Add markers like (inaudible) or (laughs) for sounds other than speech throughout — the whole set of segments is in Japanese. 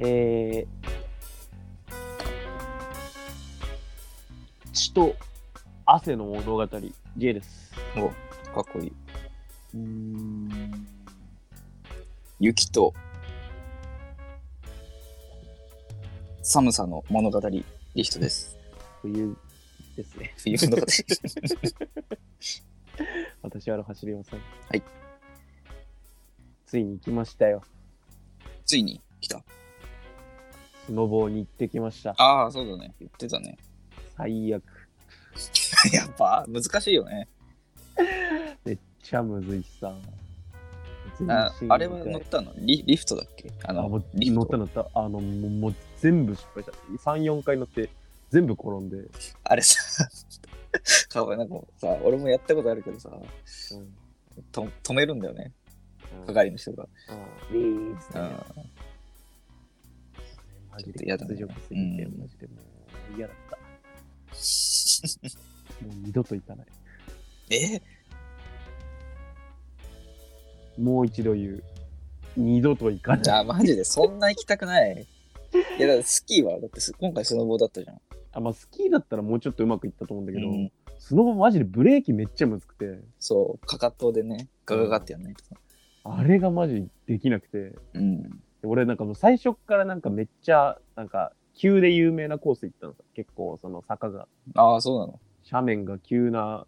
えー血と汗の物語、J です。おかっこいい。うん。雪と寒さの物語、リヒトです。冬ですね。 (laughs) 冬物語。私は走りません。はい。ついに来ましたよ。ついに来た。スノボーに行ってきました。ああ、そうだね。言って (laughs) たね。最悪。やっぱ難しいよね。めっちゃむずいしさ。全身あ痛いあれは乗ったのリリフトだっけああものう、リフ乗ったト。乗った。あの、もうもう全部失敗した。3、4回乗って、全部転んで。あれさ、 (laughs) かわいいなんかさ、俺もやったことあるけどさ、うんと止めるんだよね、係の人が。うん。うんビーッつってうね (laughs) んマちょジっとで嫌だね屈辱すぎて、うんマジでもう嫌だった。もう二度と行かない。えもう一度言う。二度と行かない。あ、マジで、そんな行きたくない。いや、だってスキーは、だってす今回スノボーだったじゃん。あまあ、スキーだったらもうちょっとうまくいったと思うんだけど、うんスノボマジでブレーキめっちゃむずくて、そう、かかとでね、ガガガってやんないとさ。あれがマジできなくて、うん。で俺なんかもう最初っからなんかめっちゃ、なんか急で有名なコース行ったのさ。結構その坂が、ああ、そうなの。斜面が急な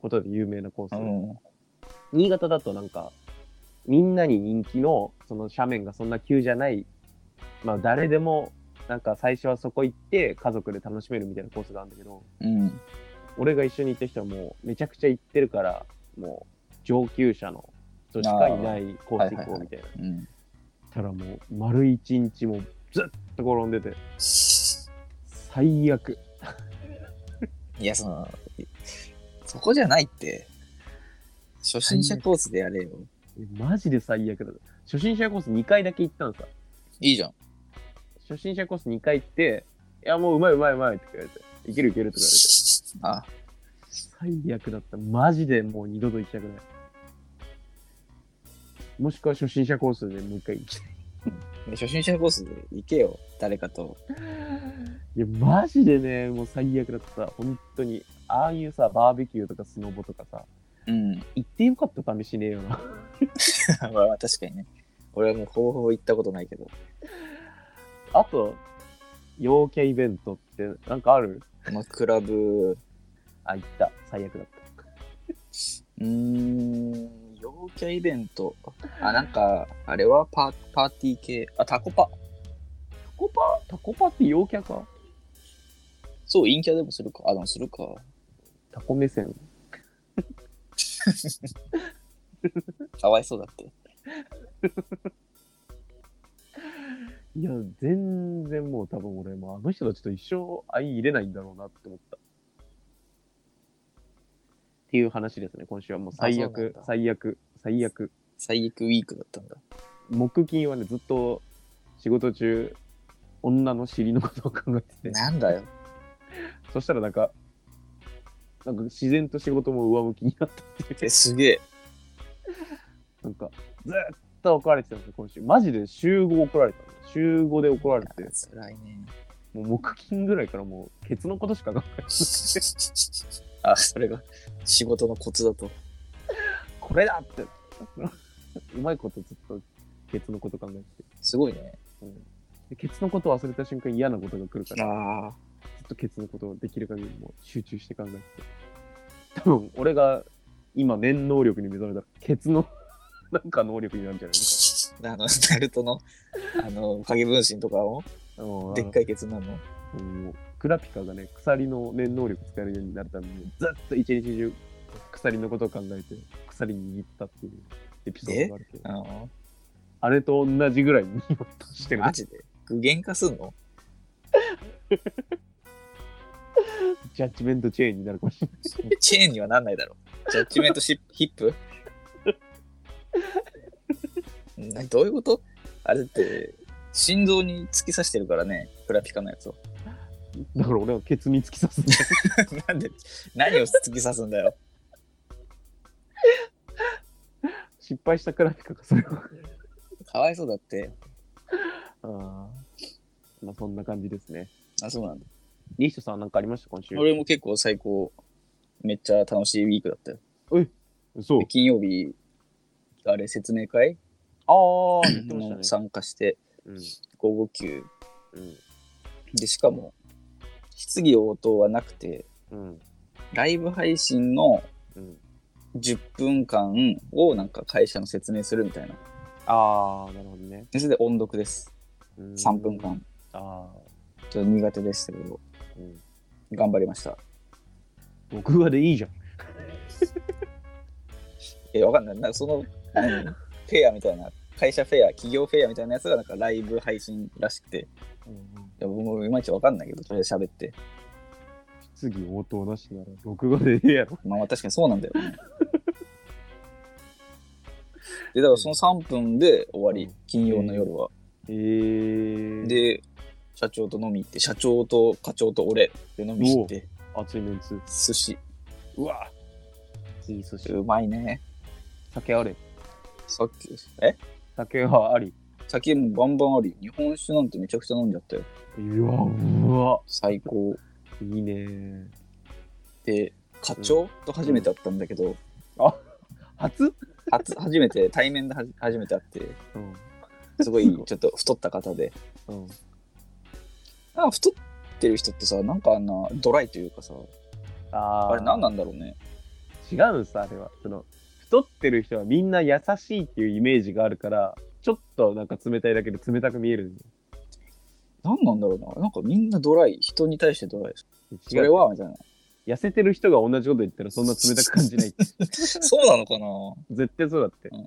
ことで有名なコースで、うん。新潟だとなんか、みんなに人気の、その斜面がそんな急じゃない、まあ誰でも、なんか最初はそこ行って家族で楽しめるみたいなコースがあるんだけど、うん。俺が一緒に行った人はもうめちゃくちゃ行ってるから、もう上級者の人しかいないコース行こうみたいな。うん。たらもう丸一日もずっと転んでて、最悪。いや、その、そこじゃないって。初心者コースでやれよ。えマジで最悪だった。初心者コース2回だけ行ったんさ。いいじゃん。初心者コース2回行って、いやもううまいうまいうまいって言われて、いけるいけるって言われて。あ、最悪だった。マジでもう二度と行きたくない。もしくは初心者コースでもう一回行きたい。初心者コースで行けよ。誰かと。いや、マジでね、もう最悪だった。本当に。ああいうさ、バーベキューとかスノボとかさ、うん。 (laughs) 行ってよかった試しねえよな。まあまあ確かにね。俺はもうほぼほぼ行ったことないけど。あと、陽キャイベントってなんかあるまあ、クラブ、あ、行った。最悪だっうーん、陽キャイベント。あ、なんか、あれはパパーティー系。あ、タコパ。た。タコパタコパって陽キャかそう、陰キャでもするか。あ、でもするか。タコ目線。かわいそうだって。いや、全然もう多分俺もうあの人たちと一生相入れないんだろうなって思った。っていう話ですね、今週はもう最あそうなん悪だ、最悪、最悪。最悪ウィークだったんだ。木金はね、ずっと仕事中、女の尻のことを考えてて、なんだよ。そしたらなんか、なんか自然と仕事も上向きになったっていえ、う、すげえ。なんか、ずっと怒られてたんですよ、今週。マジで週5怒られたの。週5で怒られて、辛いね。 (laughs) もう木金ぐらいからもう、ケツのことしか考えてない。あ、それが仕事のコツだと。これだって、 (laughs) うまいことずっとケツのこと考えてて、すごいね。うんでケツのことを忘れた瞬間嫌なことが来るから、ああ。ずっとケツのことをできる限りもう集中して考えてて、多分俺が今、念能力に目覚めたら、ケツの (laughs) なんか能力になるんじゃないですあの、ナルトの、あの、影分身とかを、か。うんでっかいケツなの。あのもうクラピカがね、鎖の念能力使えるようになるために、ずっと一日中、鎖のことを考えて、鎖握ったっていうエピソードがあるけど、あの、あれと同じぐらいに今としてる。 (laughs) マジで具現化すんのジャッジメントチェーンになるかもしれない。 (laughs) チェーンにはなんないだろう。ジャッジメントシップヒ (laughs) ップなどういうことあれって、心臓に突き刺してるからね、プラピカのやつを。 (laughs) だから俺はケツに突き刺すんだよなんで、何を突き刺すんだよ。失敗したクラピカがそれは。かわいそうだって。ああ。まあ、そんな感じですね。あ、そうなんだ。リーショさんなんかありました今週。俺も結構最高、めっちゃ楽しいウィークだったよ。そうで。金曜日、あれ、説明会ああ、言ってまもしたね。参加して、うん559。で、しかも、質疑応答はなくて、うんうんライブ配信のうん。 10分間をなんか会社の説明するみたいな。ああ、なるほどね。でそれで音読です。うん3分。間。ああ、ちょっと苦手でしたけど、うん。頑張りました。僕はでいいじゃん。え、わかんない。な (laughs) んかその、何フェアみたいな、会社フェア、企業フェアみたいなやつがなんかライブ配信らしくて、いや僕もいまいちわかんないけど、とりあえず喋って。質疑応答なしなら、僕はでいいやろ。まあまあ確かにそうなんだよね。で、だからその3分で終わうりん、金曜の夜は。えー、、で、社長と飲み行って、社長と課長と俺で飲み行って、熱いメンツ。寿司。うわいい寿司。うまいね。酒あれ。さっき、え酒はあり。酒もバンバンあり。日本酒なんてめちゃくちゃ飲んじゃったよ。うわ、うわ。最高。いいね。で、課長と初めて会ったんだけど、初初初めて、対面ではじ初めて会って、うん。すごい (laughs) ちょっと太った方で。うん。あ太ってる人ってさ、なんかあんなドライというかさ、あーあれ何なんだろうね。違うんですあれはその太ってる人はみんな優しいっていうイメージがあるからちょっとなんか冷たいだけで冷たく見えるんだよ何なんだろうな。なんかみんなドライ。人に対してドライ。そ違れうはみたいな。痩せてる人が同じこと言ったらそんな冷たく感じ (laughs) ないって (laughs) そうなのかな、絶対そうだってうん、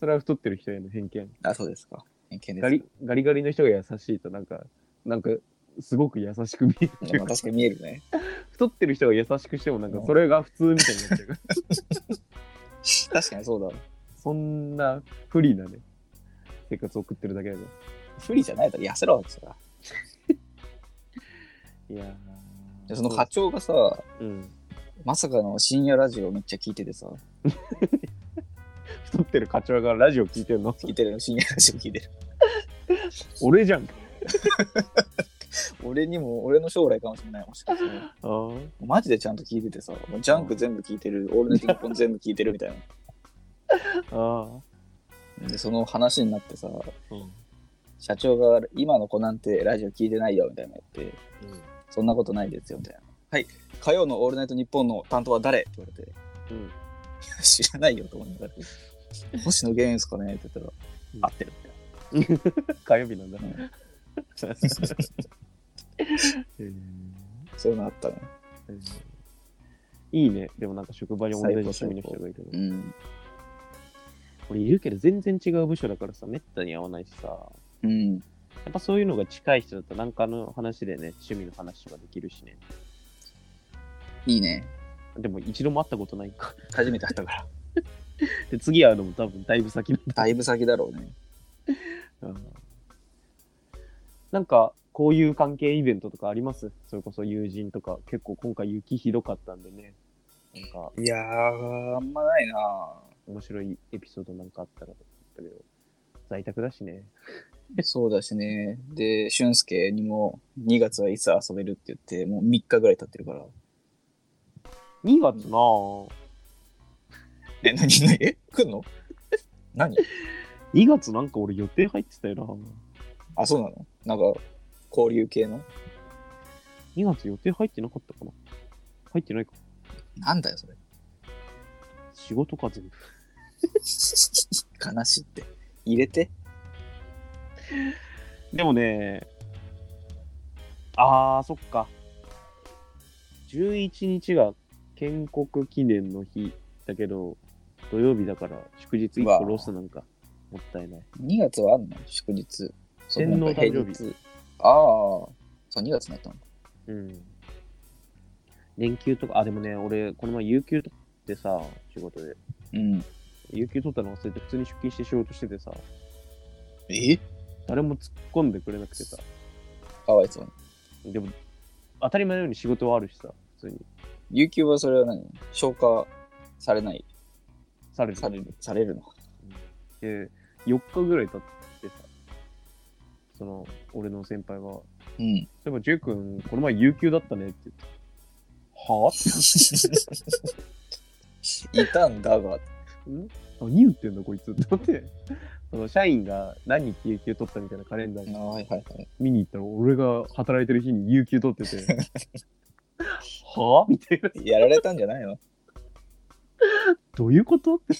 それは太ってる人への偏見あ、そうですか。偏見ガでリガリガリの人が優しいとなんかなんかすごく優しく見えるす。まあ確かに見えるね。太ってる人が優しくしてもなんかそれが普通みたいになっちゃうから確かにそうだ。そんな不利なね生活を送ってるだけだから不利じゃないだろ、痩せろってさ。いやでその課長がさ、うんまさかの深夜ラジオめっちゃ聞いててさ、太ってる課長がラジオ聞いてるの聞いてる深夜ラジオ聞い (laughs) てる。俺じゃん俺にも、俺の将来かもしれない。もしかしてあーマジでちゃんと聞いててさ、もうジャンク全部聞いてる、オールナイトニッポン全部聞いてるみたいあーな。で、その話になってさ、うん社長が今の子なんてラジオ聞いてないよみたいな言って、うんそんなことないですよみたいな。はい、火曜のオールナイトニッポンの担当は誰って言われて、う (laughs) ん知らないよと思いな (laughs) がら。星野源ですかねって言んったら、合ってるみたいな。火曜日なんだ。そういうのあったね。いいね。でもなんか職場に同じ趣味の人がいるうの。ん。俺いるけど全然違う部署だからさ、めったに合わないしさ。やうん。っぱそういうのが近い人だとなんかの話でね、趣味の話ができるしね。いいね。でも一度も会ったことないか。初めて会ったから。で、次会うのも多分だいぶ先なんだ。だいぶ先だろうね。なんか、こういう関係イベントとかありますそれこそ友人とか、結構今回雪ひどかったんでね。なんか、いやー、あんまないな面白いエピソードなんかあったら、だけど、在宅だしね。そうだしね。で、俊介にも2月はいつ遊べるって言って、もう3日ぐらい経ってるから。 2月なぁ。え、何何え来んの (laughs) 何2月なんか俺予定入ってたよあ、そうなのなんか、交流系のな2月予定入ってなかったかな入ってないか。なんだよ、それ。 (laughs) 仕事か全部。悲しいって。入れて。でもね、あー、そっか。11日が建国記念の日だけど、土曜日だから祝日1個ロスなんかもったいない。 2月はあんの祝日。そう天皇誕生日なんか平日ああ、そう、2月になったの。うん。連休とか、あ、でもね、俺、この前有給取ってさ、仕事で。うん。有給取ったの忘れて普通に出勤して仕事しててさえ誰も突っ込んでくれなくてさかわいそうに。でも当たり前のように仕事はあるしさ普通に有給はそれは何消化されない。されるされる。されるの。で4日ぐらい経ってさそその俺の先輩が「そうん。ういえばジェイ君この前有給だったね」って言って「はあ? (laughs) いたんだが、」何言ってんだこいつ」って思ってその社員が何日有給取ったみたいなカレンダーあはいはいはい。見に行ったら俺が働いてる日に有給取ってて「はあ?」みたいなやられたんじゃないの「どういうこと?」って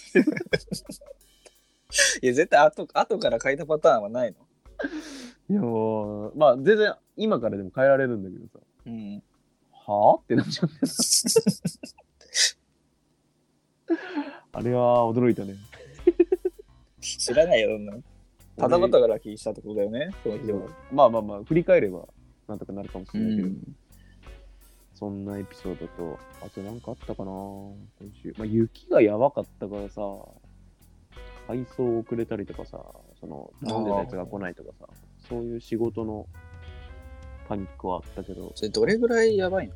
いや、絶対後後から書いたパターンはないいの。やーまあ全然今からでも変えられるんだけどさうん。 「はあ?」ってなっちゃうんだよ (laughs) あれは驚いたね知らないよ、そんなの。ただバタから聞いしたってことだよね、その日は。まあまあまあ振り返ればなんとかなるかもしれないけど、うんそんなエピソードとあとなんかあったかな今週、まあ、雪がやばかったからさ配送遅れたりとかさその頼んでたやつが来ないとかさそういう仕事のパニックはあったけどそれどれぐらいやばいの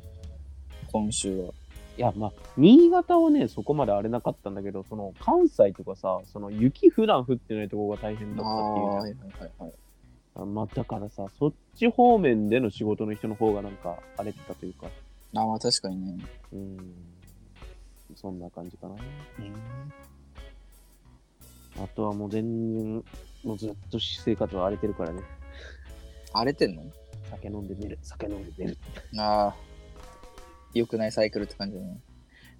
今週は。いやまあ新潟はねそこまで荒れなかったんだけどその関西とかさその雪普段降ってないとこが大変だったっていうじゃんはいはいはいはい。あまあ、だからさ、そっち方面での仕事の人の方がなんか荒れてたというか、あまあ確かにね。うん、そんな感じかな。あとはもう全然、もうずっと私生活は荒れてるからね。荒れてんの酒飲んで寝る、酒飲んで寝る。ああ。良くないサイクルって感じだね。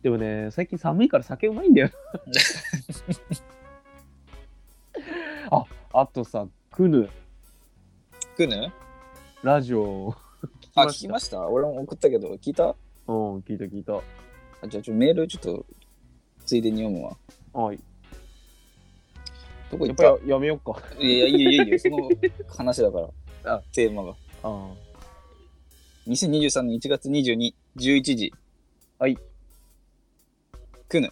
でもね、最近寒いから酒うまいんだよ。 (laughs) あ、あとさ、クヌ、くぬラジオ、あ、聞聞ききまました。俺も送ったけど、聞いたうん、聞いた聞いた。あじゃあちょメールちょっとついでに読むわ。はい。どこやっ行ったぱりやめよっか。いやいやいやいやいや、その話だ (laughs) から。あテーマが。あ2023年1月22、11時。はい。くぬ、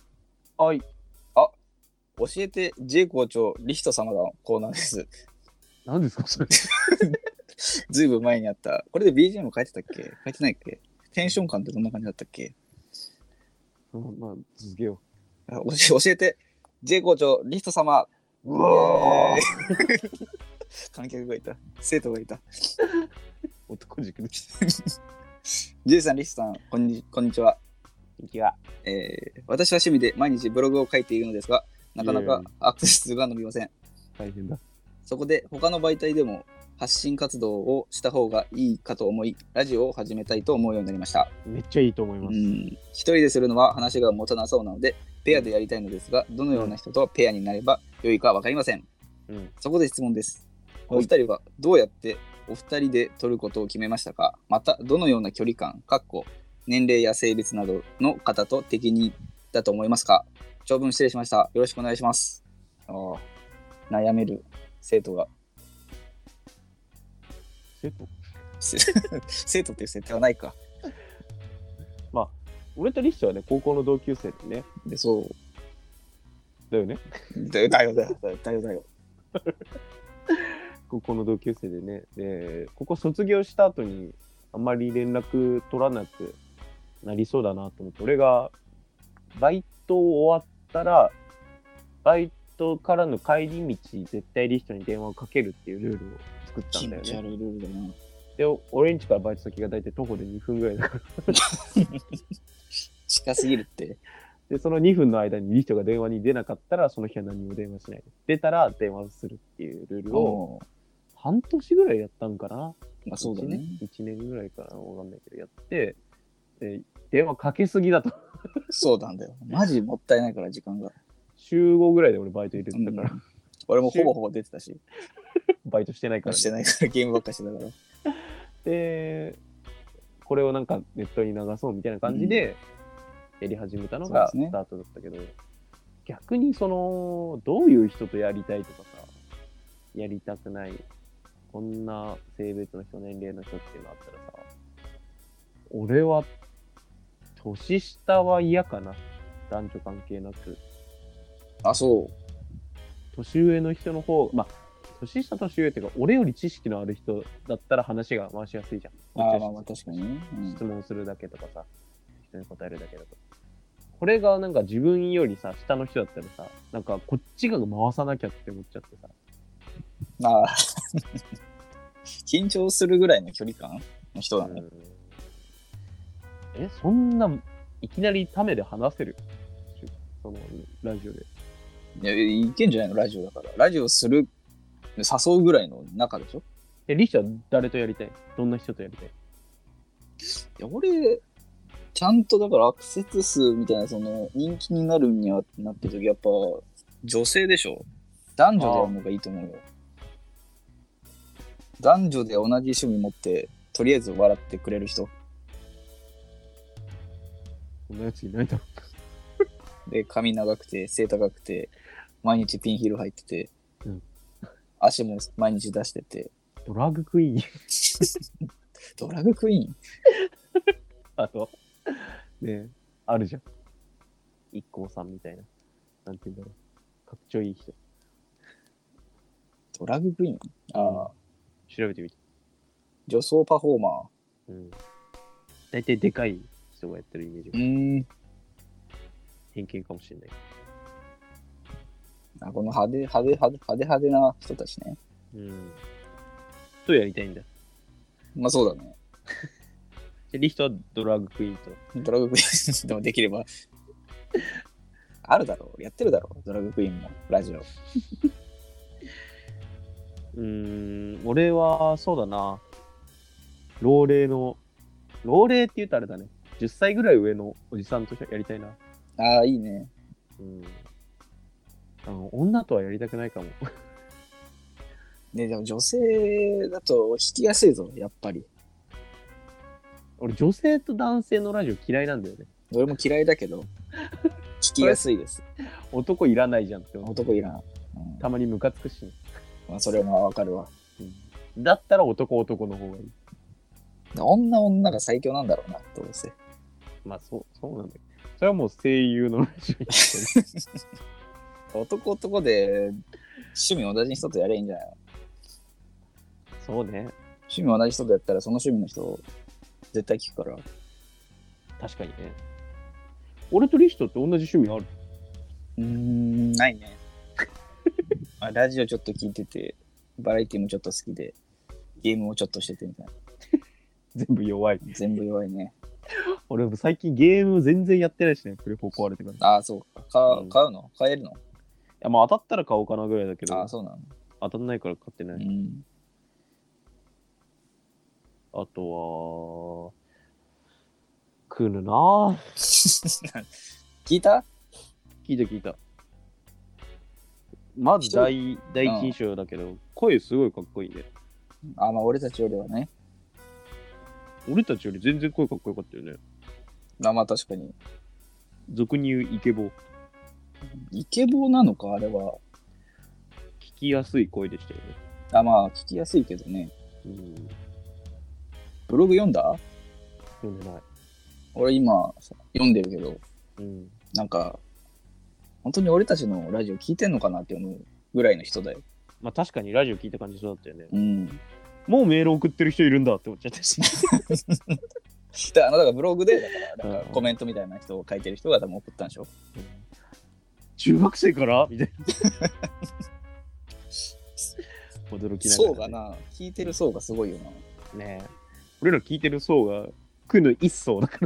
あ。はい。教えて J 校長、リヒト様のコーナーです。 (laughs) 何ですか、それ。ずいぶん前にあった。これで BGM 変えてたっけ変えてないっけテンション感ってどんな感じだったっけうんまあ、続けよあ教え教えて J 校長、リヒト様。う。うわーイエーイ観客がいた。生徒がいた。男塾の J さん、リヒトさん、こんにこんにちは。気が。えー私は趣味で毎日ブログを書いているのですが、なかなかアクセス数が伸びません。大変だ。そこで他の媒体でも発信活動をした方がいいかと思い、ラジオを始めたいと思うようになりました。めっちゃいいと思いうます。ん、一人でするのは話が持たなそうなので、ペアでやりたいのですが、どのような人とペアになればよいか分かりません。うんそこで質問です。はいお二人はどうやってお二人で撮ることを決めましたかまた、どのような距離感、かっこ年齢や性別などの方と適任だと思いますか長文失礼しました。よろしくお願いします。ああ悩める生徒が生徒せ (laughs) 生徒っていう設定はないか。俺とリッシュはね、高校の同級生でね。で、そう。だよね。だよだよだよだよだよだよ。高校の同級生でね。で、ここ卒業した後に、あんまり連絡取らなくなりそうだなと思って、俺が、バイト終わったら、バイトからの帰り道、絶対リッシュに電話をかけるっていうルールを作ったんだよね。悪いルールだな。で、俺ん家からバイト先が大体徒歩で2分ぐらいだから。近すぎるって。で、その2分の間にリッシュが電話に出なかったら、その日は何も電話しない。出たら電話するっていうルールを、おう半年ぐらいやったんかなまあそうだね。 1年 ,1 年ぐらいかなわかんないけどやって、えー電話かけすぎだとそうなんだよ。マジもったいないから時間が。週5ぐらいで俺バイト入れてたから、う俺もほぼほぼ出てたし、バイトしてないから、してね、ないからゲームばっかしてたから。でこれをなんかネットに流そうみたいな感じでやり始めたのがそうでスすねタートだったけど、逆にそのどういう人とやりたいとかさやりたくないこんな性別の人年齢の人っていうのあったらさ俺は年下は嫌かな男女関係なくあ、そう。年上の人の方まあ年下年上っていうか俺より知識のある人だったら話が回しやすいじゃんああまあまあ確かにね。うん質問するだけとかさ人に答えるだけだとこれがなんか自分よりさ下の人だったらさなんかこっちが回さなきゃって思っちゃってさまあ、緊張するぐらいの距離感の人なうの、んえ、そんな、いきなりタメで話せるその、ラジオで。いやいけんじゃないのラジオだからラジオする誘うぐらいの中でしょえ、リシは誰とやりたいどんな人とやりたいいや俺ちゃんとだからアクセス数みたいなその人気になるにはなってる時やっぱ女性でしょ男女でやるのがいいと思うよ男女で同じ趣味持ってとりあえず笑ってくれる人そんなやついないだろで髪長くて背高くて毎日ピンヒール入ってて、うん足も毎日出しててドラッグクイーン。ドラッグクイーンあと、ねえあるじゃん。一光さんみたいな。なんて言うんだろう。かっちょいい人。ドラッグクイーンああ調べてみて。女装パフォーマーうん。大体でかい人がやってるイメージうがーん偏見かもしれない。あこの派手派手派手派手派手な人たちねうん。とやりたいんだ。まあそうだねでリヒトはドラッグクイーンと。 (laughs) ドラッグクイーンでもできれば。あるだろう。やってるだろう。ドラッグクイーンも、ラジオ。うーん、俺はそうだな。老齢の、老齢って言うとあれだね。10歳ぐらい上のおじさんとやりたいな。ああ、いいね。うん。あの女とはやりたくないかも。 (laughs) ね、でも女性だと引きやすいぞ、やっぱり。俺、女性と男性のラジオ嫌いなんだよね。俺も嫌いだけど、聞きやすいです。男いらないじゃんって思う男いらん。うんたまにムカつくしね、まあ、それもわかるわ。だったら男男の方がいい。女女が最強なんだろうな、どうせ。まあ、そう、そうなんだよ。それはもう声優のラジオにしてる (laughs) 男男で趣味同じ人とやればいいんじゃないのそうね。趣味同じ人とやったら、その趣味の人、絶対聞くから。確かにね。俺とリヒトって同じ趣味あるうーん、ないね。 (laughs) まあラジオちょっと聞いてて、バラエティもちょっと好きで、ゲームもちょっとしててみたいな。全部弱い。全部弱いね。俺も最近ゲーム全然やってないしね、プレフォー壊れてから。いああ、そうか。うかん買うの買えるのや、まあ当たったら買おうかなぐらいだけああ、ど、そうなの。当たんないから買ってなうい。ん。 (laughs) あとは、食うのなぁ。聞いた聞いた聞いた。まず第第一印象だけど、声すごいかっこいいね。あまあ、俺たちよりはね。俺たちより全然声かっこよかったよね。まあまあ、確かに。俗に言うイケボ。聞イケボなのか、あれは。きやすい声でしたよね。あまあ、聞きやすいけどね。うん。ブログ読んだ読んでない。俺今、読んでるけど、うん。なんか、本当に俺たちのラジオ聞いてんのかなって思うぐらいの人だよ。まあ確かにラジオ聞いた感じそうだったよね。うん。もうメール送ってる人いるんだって思っちゃったし。だからあなたがブログでだからなんうかんコメントみたいな人を書いてる人が多分送ったんでしょ中学生からみたいな。 (laughs) 驚きながら、層が。な聞いてる層がすご (laughs) いよなねえ俺ら聞いてる層が、くぬ一層だか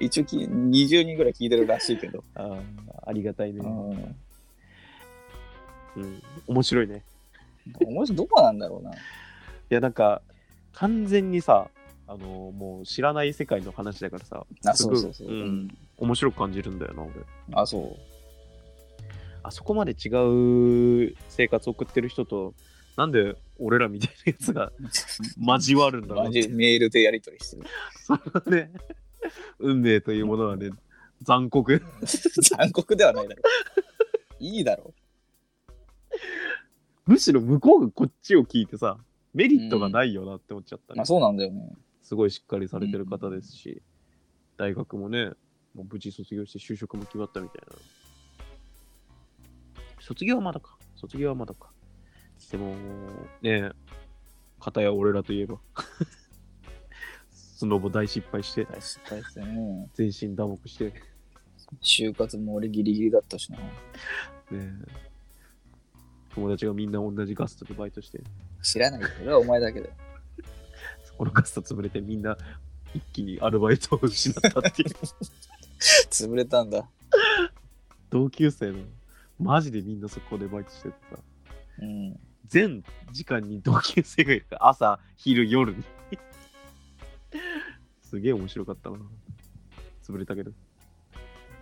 一応き20人ぐらい聞いてるらしいけど、ら。あありがたいねう。ん、うん。面白いね。面白いどこなんだろうないや、なんか、完全にさ、あのもう知らない世界の話だからさ、あそうそうそう、すごいうん面白く感じるんだよな、俺。あそうあそこまで違う生活送ってる人と、なんで俺らみたいなやつが交わるんだろうマってジメールでやり取りして (laughs) るそのね、運命というものはね、残酷。 (laughs) 残酷ではないだろういいだろむしろ向こうがこっちを聞いてさ、メリットがないよなって思っちゃった (laughs) う、ねまあ、そうなんだよねすごいしっかりされてる方ですし、大学もね、もう無事卒業して就職も決まったみたいな。卒業はまだか。卒業はまだか。でも、ねえ、片や俺らといえば、 (laughs) スノボ大失敗して、大失敗ですよね全身打撲して、就活も俺ギリギリだったしなねえ友達がみんな同じガストでバイトして、知らないよ。それはお前だ (laughs) けど。そこのガスト潰れてみんな一気にアルバイトを失った (laughs) っていう。潰れたんだ。同級生の、マジでみんなそこでバイトしててさ、うん。全時間に同級生がいるから朝、昼、夜に。 (laughs) すげえ面白かったな。潰れたけど。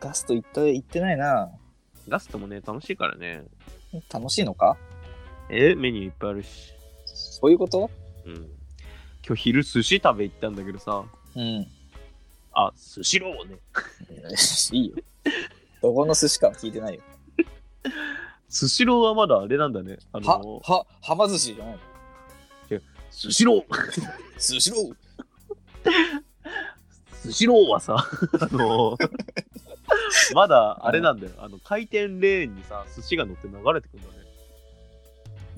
ガスト行った、行ってないな。ガストもね、楽しいからね。楽しいのかえ、メニューいっぱいあるし。そういうことうん。今日昼寿司食べ行ったんだけどさ、 (laughs) うん。あ、寿司ローね。いいよ。どこの寿司かは聞いてないよ。寿司ローはまだあれなんだね。あはの、、は、はま寿司じゃないの寿司ロー寿司ロー寿司ローはさ、 (laughs) あの、まだあれなんだよ。あの、回転レーンにさ、寿司が乗って流れてくるんだね。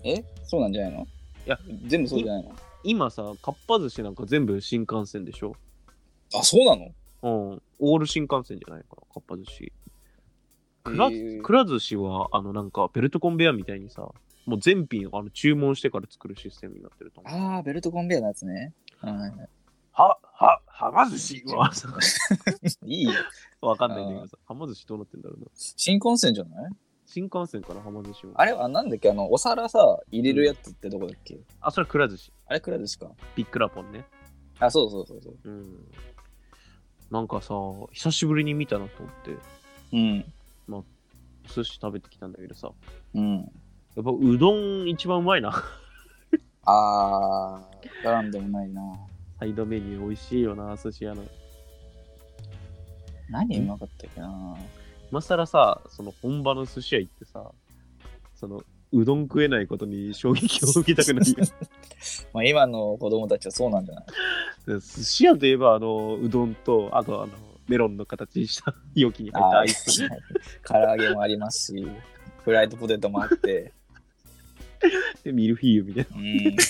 えそうなんじゃないのいや、全部そうじゃないの今さ、かっぱ寿司なんか全部新幹線でしょあ、そうなのうん。オール新幹線じゃないかな、かっぱ寿司。くら,、へーくら寿司は、あの、なんか、ベルトコンベアみたいにさ、もう全品あの注文してから作るシステムになってると思う。ああ、ベルトコンベアのやつね。はいは、は、はま寿司はさ、いいよ。 (laughs) わかんないんだけどさ、はま寿司どうなってんだろうな。新幹線じゃない新幹線からはま寿司は。あれはなんだっけあの、お皿さ、入れるやつってどこだっけあ、それはくら寿司。あれくらいですかビッグラポンね。あ、そうそうそうそう。うん。なんかさ、久しぶりに見たなと思って、うん。寿司食べてきたんだけどさ、うん。やっぱうどん一番うまいな。 (laughs) あー、ガランでもないな。サイドメニュー美味しいよな、寿司屋の。何うまかったっけな。今更さ、その本場の寿司屋行ってさ、その、うどん食えないことに衝撃を受けたくない (laughs) よ。 (laughs) まあ今の子供たちはそうなんじ (laughs) ゃないで寿司屋といえば、あの、うどんと、あと、あの、メロンの形にした (laughs) 容器に入ったあアー (laughs) イス。 (laughs) 唐揚げもありますし、フライドポテトもあって。で、ミルフィーユみたいうん。な。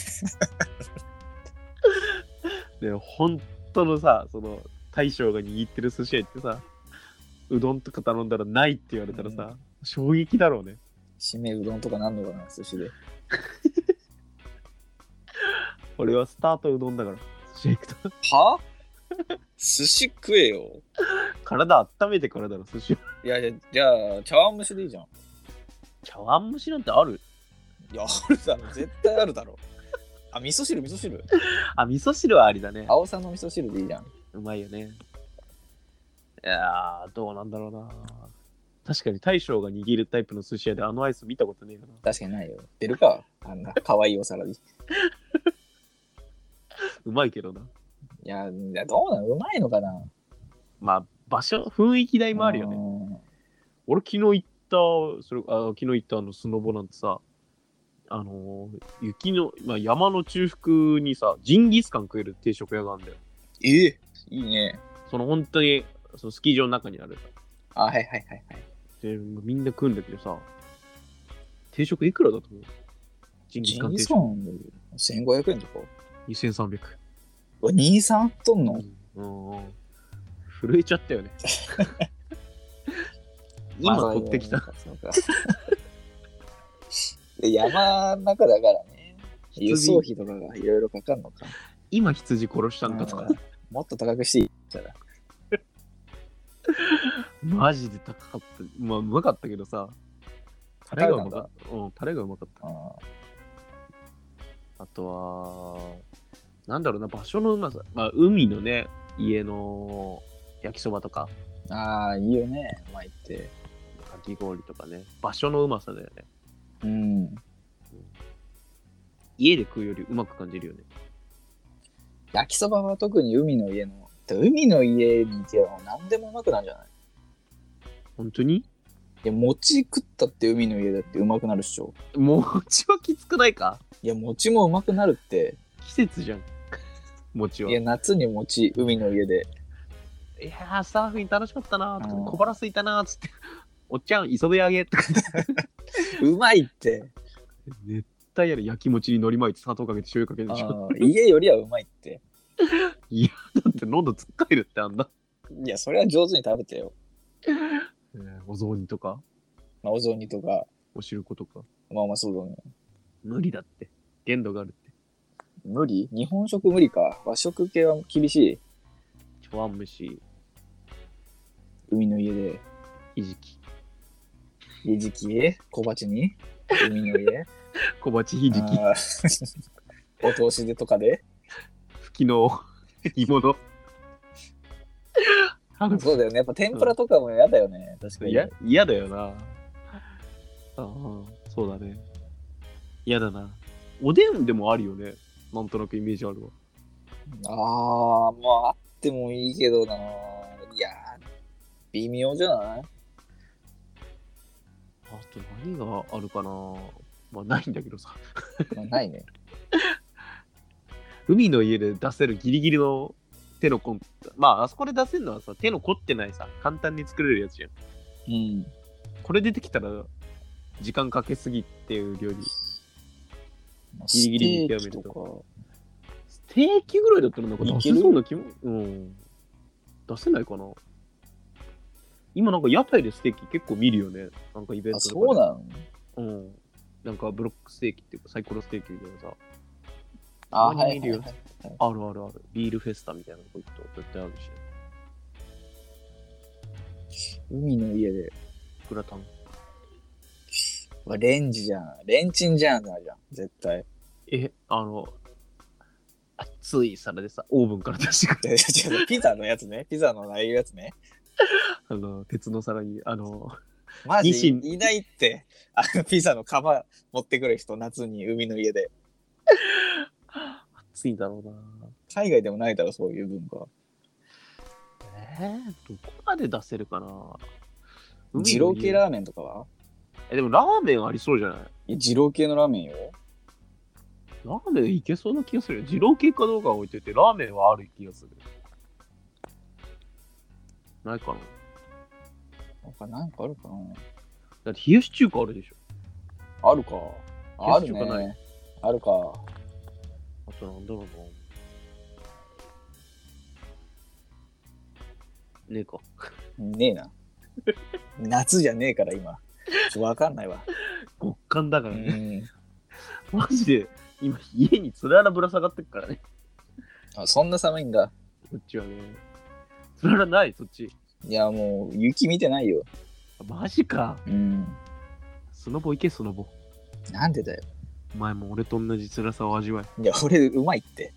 で、本当のさ、その、大将が握ってる寿司屋行ってさ、うどんとか頼んだらないって言われたらさ、衝撃だろうね。締めうどんとかなんのかな、寿司で。俺はスタートうどんだから、寿司屋行くと。 (laughs) は寿司食えよ。体温めてからだろ、寿司屋。いやいや、じゃあ、茶碗蒸しでいいじゃん。茶碗蒸しなんてあるいや、あるだろ。絶対あるだろ。あ、味噌汁、味噌汁。あ、味噌汁はありだね。青さんの味噌汁でいいじゃん。うまいよね。いやー、どうなんだろうな。確かに大将が握るタイプの寿司屋であのアイス見たことねえかな。確かにないよ。出るか。あんな可愛いお皿に。いうまいけどな。や、いやどうなのうまいのかなまあ、場所、雰囲気代もあるよね。ね。俺昨日行った、それ、あ昨日行ったあのスノボなんてさ、あのー雪の、まあ、山の中腹にさ、ジンギスカン食える定食屋があるんだよ。ええいいね。その本当に、そのスキー場の中にある。あ、はいはいはいはい。で、みんな食うんだけどさ、定食いくらだと思うジンギジスカンンギ定スカ食ンで1500円とか。 2300。うわ、23とんの、うんうん震えちゃった (laughs) よね。今まあ取ってきた。。そうか (laughs) そうかで山の中だからね。輸送費とかがいろいろかかるのか。今羊殺したのかとかう。んもっと高くしていいから。マジで高かった。まあ、うまかったけどさ。タレがうまかった。うん、タレがうまかった。うんあとは、なんだろうな、場所のうまさ。まあ、海のね、家の焼きそばとか、ああ、いいよね、うまいって。かき氷とかね。場所のうまさだよね。うん。家で食うよりうまく感じるよね。焼きそばは特に海の家の、てか海の家に行けば何でもうまくなるんじゃない本当にいや、餅食ったって海の家だってうまくなるっしょ。餅はきつくないかいや、餅もうまくなるって。季節じゃん。餅は。いや、夏に餅、海の家で。いやー、サーフィン楽しかったなーとかうん小腹空いたなーっつって、 (laughs) おっちゃん、磯辺あ (laughs) げとか。うまいって。絶対やる、焼き餅に海苔巻いて砂糖かけて醤油かけるあでしょ。ー家よりはうまいって。だって喉つっかえるってあん (laughs) な。いや、それは上手に食べてよ。えーお雑煮とか。まあ、お雑煮とか、おしることか。まあまあそうだね。無理だって。限度があるって。無理日本食無理か。和食系は厳しい。茶碗蒸し、海の家で。ひじき、ひじき小鉢に海の家小鉢ひじき、あー (laughs) お通しでとかでふき (laughs) の煮物。あのそうだよね。やっぱ天ぷらとかも嫌だよね。確かに。いや嫌だよな。ああ、そうだね。嫌だな。おでんでもあるよね。なんとなくイメージあるわ。ああ、まああってもいいけどな。いやー、微妙じゃないあと何があるかな。まあないんだけどさ。まあない (laughs) ね。海の家で出せるギリギリの手のコンまああそこで出せるのはさ手の凝ってないさ簡単に作れるやつじゃんうん。これ出てきたら時間かけすぎっていう料理ギリギリ見極めるとステーキとステーキぐらいだったらなんか出せそうな気もうん出せないかな今なんか屋台でステーキ結構見るよねなんかイベンか。あ、トとかそうでなのうんなんかブロックステーキっていうかサイコロステーキみたいなさあ、たまはにい見はるい、よはい。あるあるあるビールフェスタみたいなとこ行くと絶対あるし海の家で。グラタンうわレンジじゃん。レンチンじゃん、なるじゃん。絶 (laughs) 対。え、あの、熱い皿でさ、オーブンから出 (laughs) してくれ。いやいやいやピザのやつね。ピザのああいうやつね。あの、鉄の皿に、あの、マジニシンいないって。あのピザの釜持ってくる人、夏に海の家で。熱いだろうな。海外でもないだろ、そういう文化。えー、どこまで出せるかな二郎系ラーメーメンとかはン。え、でもラーメンありそうじゃないいや二郎系のラーメンよ。ラーメンいけそうな気がするよ。二郎系かどうかは置いといて、ラーメンはある気がする。ないかな。他なんかあるかだって冷やし中華あるでしょ。なあるか。ああ冷やしる中華なね。あるか。あとなんだろうな。ねえか。ねえな。 (laughs) 夏じゃねえから今。わかん (laughs) ないわ。極寒だかうらね。ん。マジで、今、家につららぶら下がってっからね、 (laughs) あそんな寒いんだ。こっちはね。つららない、そっち。いや、もう雪見てないよ。マジか。うん。スノボ行け、スノボ。なんでだよ。お前も俺と同じ辛さを味わいや、俺、うまいって。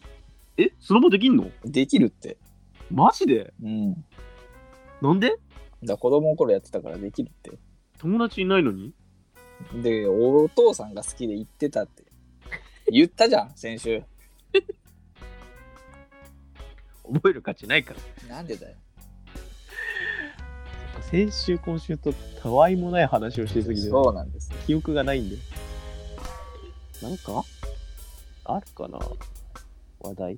え。え、スノボできんのできるって。マジでうん。だかなんでら子供の頃やってたからできるって。友達いないのにで、お父さんが好きで行ってたって。言ったじゃん、先週。覚える価値ないから。なんでだよ。先週、今週とたわいもない話をしてすぎて、 (laughs) そうなんです。記憶がないんで。なんかあるかな話題。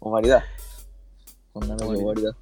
終わりだ。こんなので終わりだ。